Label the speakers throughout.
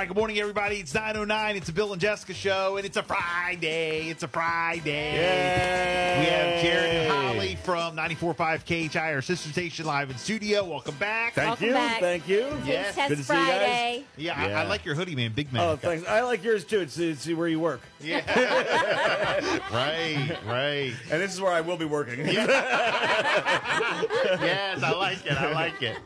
Speaker 1: All right, good morning, everybody. It's 909. It's a Bill and Jessica show, and it's a Friday. It's a Friday. We have Jared and Holly from 94.5 KHI, our sister station, live in studio. Welcome back.
Speaker 2: Thank
Speaker 3: Welcome
Speaker 2: you.
Speaker 3: back.
Speaker 2: Thank you.
Speaker 1: Yes.
Speaker 3: Taste Test
Speaker 2: Good to see you guys.
Speaker 3: Friday.
Speaker 1: yeah, I, I
Speaker 2: Yeah.
Speaker 1: like your hoodie, man. Big man.
Speaker 2: Oh, thanks. I like yours too. It's, it's where you work.
Speaker 1: Yeah. right, right.
Speaker 2: And this is where I will be working.
Speaker 1: Yes, I like it. I like it.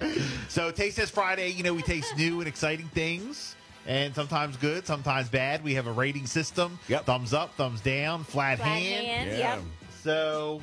Speaker 1: So, Taste Test Friday, you know, we taste new and exciting things. And sometimes good, sometimes bad. We have a rating system.
Speaker 2: Yep.
Speaker 1: Thumbs up, thumbs down, flat,
Speaker 3: Flat
Speaker 1: hand.
Speaker 3: hand.
Speaker 2: Yeah.
Speaker 3: Yep.
Speaker 1: So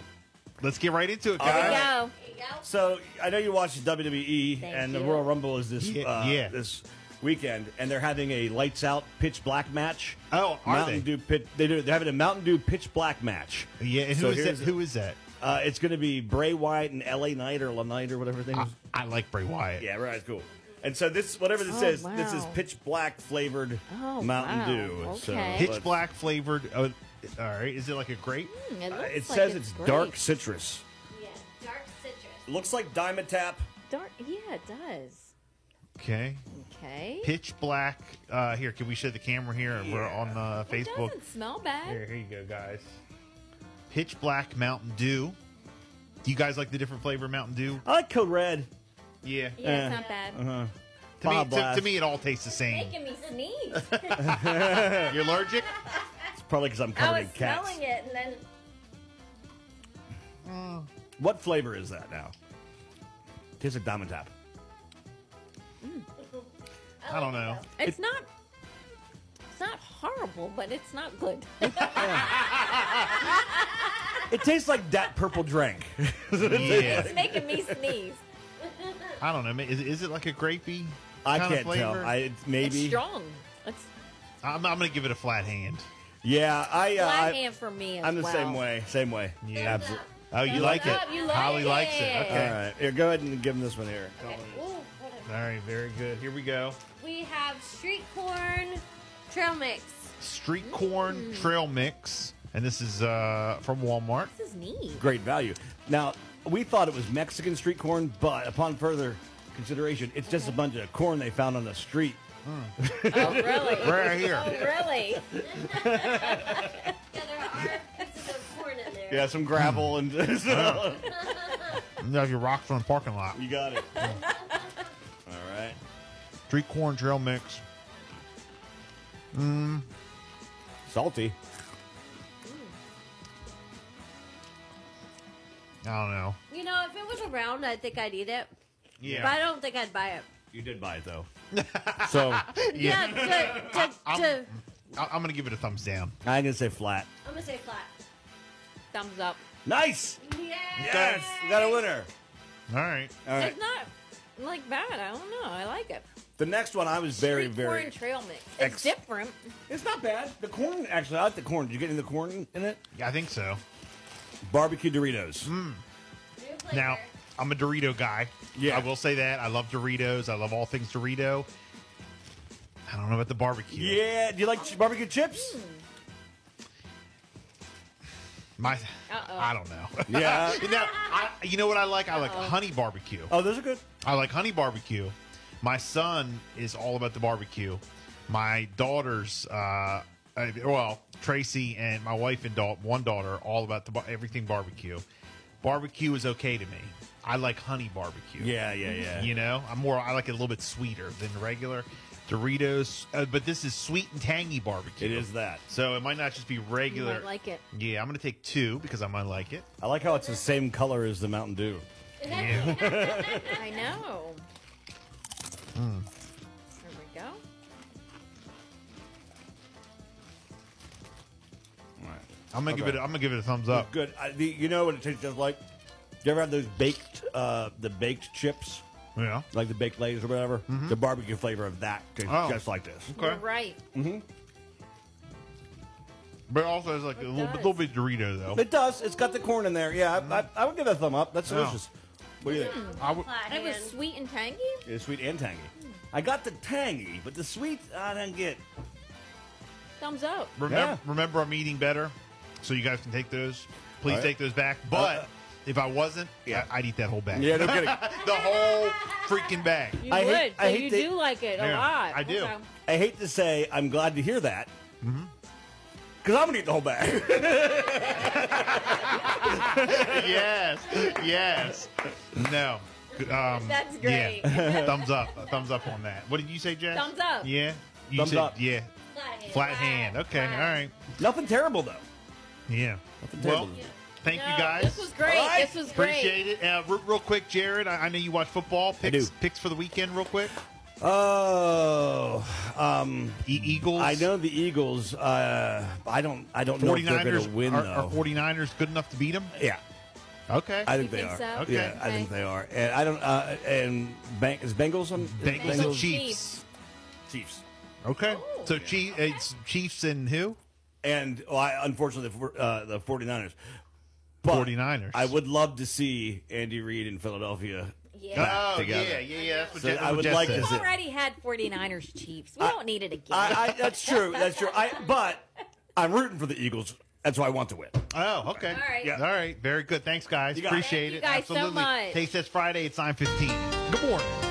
Speaker 1: let's get right into it,
Speaker 2: All
Speaker 1: guys.
Speaker 2: right.
Speaker 3: Go.
Speaker 2: So I know you watch WWE
Speaker 3: Thank
Speaker 2: E and the
Speaker 3: you.
Speaker 2: Royal Rumble is this
Speaker 1: Yeah,
Speaker 2: uh,
Speaker 1: yeah.
Speaker 2: this weekend, and they're having a lights out pitch black match.
Speaker 1: Oh, are
Speaker 2: Mountain
Speaker 1: they?
Speaker 2: Dew pit, they do. They're having a Mountain Dew pitch black match.
Speaker 1: Yeah, and who
Speaker 2: So
Speaker 1: is that?
Speaker 2: here's-
Speaker 1: Who is that?
Speaker 2: Uh, it's going to be Bray Wyatt and L.A. Knight or La Knight or whatever thing.
Speaker 1: I, I like Bray Wyatt.
Speaker 2: Yeah, right. Cool. And so this, whatever this
Speaker 3: Oh,
Speaker 2: is, this is
Speaker 3: wow.
Speaker 2: pitch black flavored
Speaker 3: Oh,
Speaker 2: Mountain
Speaker 3: wow.
Speaker 2: Dew. So,
Speaker 3: Okay.
Speaker 1: Pitch
Speaker 2: but-
Speaker 1: black flavored. Oh, all right, is it like a grape?
Speaker 3: Hmm, it
Speaker 2: Uh,
Speaker 3: looks
Speaker 2: it
Speaker 3: like
Speaker 2: says it's,
Speaker 3: grape.
Speaker 2: dark citrus.
Speaker 4: Yeah, dark citrus.
Speaker 2: Looks like Dimetap.
Speaker 3: Dark. Yeah, it does.
Speaker 1: Okay,
Speaker 3: Okay.
Speaker 1: pitch black. Uh, here, can we show the camera here? We're
Speaker 2: Yeah.
Speaker 1: on uh,
Speaker 3: It
Speaker 1: Facebook.
Speaker 3: doesn't smell
Speaker 1: Here,
Speaker 3: bad.
Speaker 1: here you go, guys. Pitch black Mountain Dew. Do you guys like the different flavor Mountain Dew?
Speaker 2: I like Code Red.
Speaker 1: Yeah.
Speaker 3: Yeah, it's
Speaker 2: Eh.
Speaker 3: not bad.
Speaker 1: To me,
Speaker 2: Bob
Speaker 1: to,
Speaker 2: Blast.
Speaker 1: to me, it all tastes the same.
Speaker 4: Making me sneeze.
Speaker 1: You're allergic?
Speaker 2: It's probably because I'm
Speaker 4: I
Speaker 2: covered
Speaker 4: was
Speaker 2: in cats.
Speaker 4: smelling it and then
Speaker 2: Mm. What flavor is that now? Tastes like Diamond Tap.
Speaker 1: I don't know.
Speaker 3: It's not. It's not horrible, but it's not good.
Speaker 2: It tastes like that purple drink.
Speaker 1: Yeah.
Speaker 3: It's making me sneeze.
Speaker 1: I don't know. ma- Is, is it like a grapey?
Speaker 2: I
Speaker 1: kinda
Speaker 2: can't tell.
Speaker 1: flavor?
Speaker 2: I it's
Speaker 3: It's
Speaker 2: maybe.
Speaker 3: strong. It's
Speaker 1: I'm, I'm gonna give it a flat hand.
Speaker 2: yeah, I. Uh,
Speaker 3: flat
Speaker 2: I
Speaker 3: hand for me as
Speaker 2: I'm the
Speaker 3: well.
Speaker 2: same way. Same way.
Speaker 1: Yeah.
Speaker 2: Absolutely.
Speaker 1: Oh, you
Speaker 4: Thumbs
Speaker 1: like it?
Speaker 4: up, you like
Speaker 1: Holly
Speaker 4: it.
Speaker 1: likes it.
Speaker 4: All
Speaker 1: Okay.
Speaker 2: All right. Here, go ahead and give him this one here.
Speaker 4: Ooh, whatever.
Speaker 1: All right. Very good. Here we go.
Speaker 4: we have street corn trail mix.
Speaker 1: Street corn trail mix, and this is uh, from Walmart.
Speaker 3: This is neat.
Speaker 2: Great value. Now we thought it was Mexican street corn, but upon further consideration, it's just a bunch of corn they found on the street.
Speaker 3: Oh, really?
Speaker 1: Right
Speaker 3: oh,
Speaker 1: here.
Speaker 3: really?
Speaker 4: Yeah, there are pieces of corn in there.
Speaker 2: Yeah, some gravel and
Speaker 1: You have your rock from the parking lot.
Speaker 2: you got it. All right.
Speaker 1: Street corn trail mix.
Speaker 2: Salty.
Speaker 1: I don't know.
Speaker 4: You know, if it was around, I think I'd eat it.
Speaker 1: Yeah.
Speaker 4: But I don't think I'd buy it.
Speaker 2: You did buy it though. so
Speaker 4: Yeah, to, to,
Speaker 1: I'm-
Speaker 4: to,
Speaker 1: I- I'm gonna give it a thumbs down.
Speaker 2: I'm gonna say flat.
Speaker 4: I'm gonna say flat.
Speaker 3: Thumbs up.
Speaker 2: Nice.
Speaker 4: Yeah.
Speaker 2: Yes, we got a winner.
Speaker 1: All right.
Speaker 2: All right.
Speaker 3: It's not like bad. I don't know. I like it.
Speaker 2: The next one I was very
Speaker 3: Street
Speaker 2: very.
Speaker 3: corn trail mix. It's
Speaker 2: ex-
Speaker 3: different.
Speaker 2: It's not bad. The corn actually. I like the corn. Did you get any of the corn in it?
Speaker 1: Yeah, I think so.
Speaker 2: Barbecue Doritos.
Speaker 4: New flavor.
Speaker 1: Now, I'm a Dorito guy.
Speaker 2: Yeah.
Speaker 1: I will say that. I love Doritos. I love all things Dorito. I don't know about the barbecue.
Speaker 2: Yeah. Do you like ch- barbecue chips?
Speaker 3: Mm.
Speaker 1: My,
Speaker 3: Uh-oh.
Speaker 1: I don't know.
Speaker 2: Yeah.
Speaker 1: You know, I, you know what I like? I like honey barbecue.
Speaker 2: oh, those are good.
Speaker 1: I like honey barbecue. My son is all about the barbecue. My daughters, uh, uh, well, Tracy and my wife and da- one daughter, all about the bar- everything barbecue. Barbecue is okay to me. I like honey barbecue.
Speaker 2: Yeah, yeah, yeah.
Speaker 1: You know, I'm more. I like it a little bit sweeter than regular Doritos, uh, but this is sweet and tangy barbecue.
Speaker 2: It is that.
Speaker 1: So it might not just be
Speaker 3: You
Speaker 1: regular.
Speaker 3: might like it.
Speaker 1: yeah, I'm gonna take two because I might like it.
Speaker 2: I like how it's the same color as the Mountain Dew.
Speaker 1: Yeah. Hmm.
Speaker 3: I know. There we go.
Speaker 1: I'm gonna give it.
Speaker 2: Okay.
Speaker 1: a- I'm gonna give it a thumbs up.
Speaker 2: Good. I, the, you know what it tastes just like? You ever had those baked, uh, the baked chips,
Speaker 1: Yeah.
Speaker 2: like the baked lays or whatever? The barbecue flavor of that tastes
Speaker 1: Oh.
Speaker 2: just like this.
Speaker 1: Okay.
Speaker 3: You're right.
Speaker 1: But also, it's like a little, bit, little bit Dorito though.
Speaker 2: It does. It's got the corn in there. Yeah, I, I, I would give it a thumb up. That's
Speaker 1: Yeah.
Speaker 2: delicious. What do you think?
Speaker 1: I would,
Speaker 4: Flat
Speaker 3: It was
Speaker 4: hand.
Speaker 3: sweet and tangy.
Speaker 2: It's sweet and tangy. I got the tangy, but the sweet I didn't get.
Speaker 3: Thumbs up.
Speaker 1: remember,
Speaker 2: Yeah. Oh,
Speaker 1: remember, I'm eating better, so you guys can take those. Please
Speaker 2: All right. Uh,
Speaker 1: take those back. But If I wasn't,
Speaker 5: Yeah.
Speaker 1: I, would eat that whole bag.
Speaker 5: Yeah, no kidding.
Speaker 1: the whole freaking bag.
Speaker 3: You
Speaker 2: I
Speaker 3: would.
Speaker 2: hate-
Speaker 3: so
Speaker 2: I hate
Speaker 3: you
Speaker 2: that-
Speaker 3: do like it
Speaker 1: Yeah,
Speaker 3: a lot.
Speaker 1: I do.
Speaker 3: Okay.
Speaker 2: I hate to say I'm glad to hear that. Because I'm going to eat the whole bag.
Speaker 1: yes, yes. No. Um,
Speaker 4: That's great.
Speaker 1: Yeah. Thumbs up. A thumbs up on that. What did you say, Jess?
Speaker 3: Thumbs up.
Speaker 1: Yeah. You
Speaker 2: Thumbs
Speaker 1: said,
Speaker 2: up.
Speaker 1: Yeah. Flat hand. Okay. All right.
Speaker 2: Nothing terrible, though.
Speaker 1: Yeah.
Speaker 2: Nothing
Speaker 1: Well,
Speaker 2: terrible.
Speaker 1: thank you
Speaker 3: No,
Speaker 1: guys.
Speaker 3: This was great.
Speaker 2: All right.
Speaker 3: This was great.
Speaker 1: Appreciate it. Uh, re- real quick, Jared. I, I know you watch football. Picks,
Speaker 2: do.
Speaker 1: Picks for the weekend, real quick.
Speaker 2: Oh, um,
Speaker 1: E- Eagles.
Speaker 2: I know the Eagles. Uh, I don't. I don't know if they're going to
Speaker 1: 49ers.
Speaker 2: win
Speaker 1: are,
Speaker 2: though.
Speaker 1: are 49ers good enough to beat them?
Speaker 2: yeah,
Speaker 1: Okay.
Speaker 2: I think
Speaker 3: You
Speaker 2: they
Speaker 3: think
Speaker 2: are.
Speaker 3: so?
Speaker 1: Okay.
Speaker 2: Yeah, I
Speaker 4: Okay.
Speaker 2: think they are. And I don't. Uh, and bank is Bengals on
Speaker 1: Bengals, and
Speaker 3: Bengals.
Speaker 1: Chiefs.
Speaker 2: Chiefs.
Speaker 1: Okay.
Speaker 3: Ooh.
Speaker 1: so Chief, it's Chiefs and who?
Speaker 2: And well, I, unfortunately, the, four- uh, the 49ers. But
Speaker 1: 49ers.
Speaker 2: I would love to see Andy Reid in Philadelphia.
Speaker 4: Yeah.
Speaker 1: oh,
Speaker 2: together.
Speaker 1: yeah, yeah, yeah. That's what
Speaker 2: So
Speaker 1: Je- that's
Speaker 2: I
Speaker 1: what
Speaker 2: would
Speaker 1: Jess
Speaker 2: like
Speaker 1: said.
Speaker 2: to
Speaker 4: We've
Speaker 2: see-
Speaker 4: already had 49ers Chiefs. We don't need it again.
Speaker 2: I, I, that's true. That's true. I but I'm rooting for the Eagles. That's why I want to win.
Speaker 1: Oh, okay.
Speaker 4: All right.
Speaker 1: Yeah. All right. Very good. Thanks, guys.
Speaker 2: You got it.
Speaker 1: Appreciate
Speaker 3: Thank you
Speaker 1: it.
Speaker 3: guys so
Speaker 1: Absolutely.
Speaker 3: much.
Speaker 1: Taste Test Friday. It's 9.15. Good morning.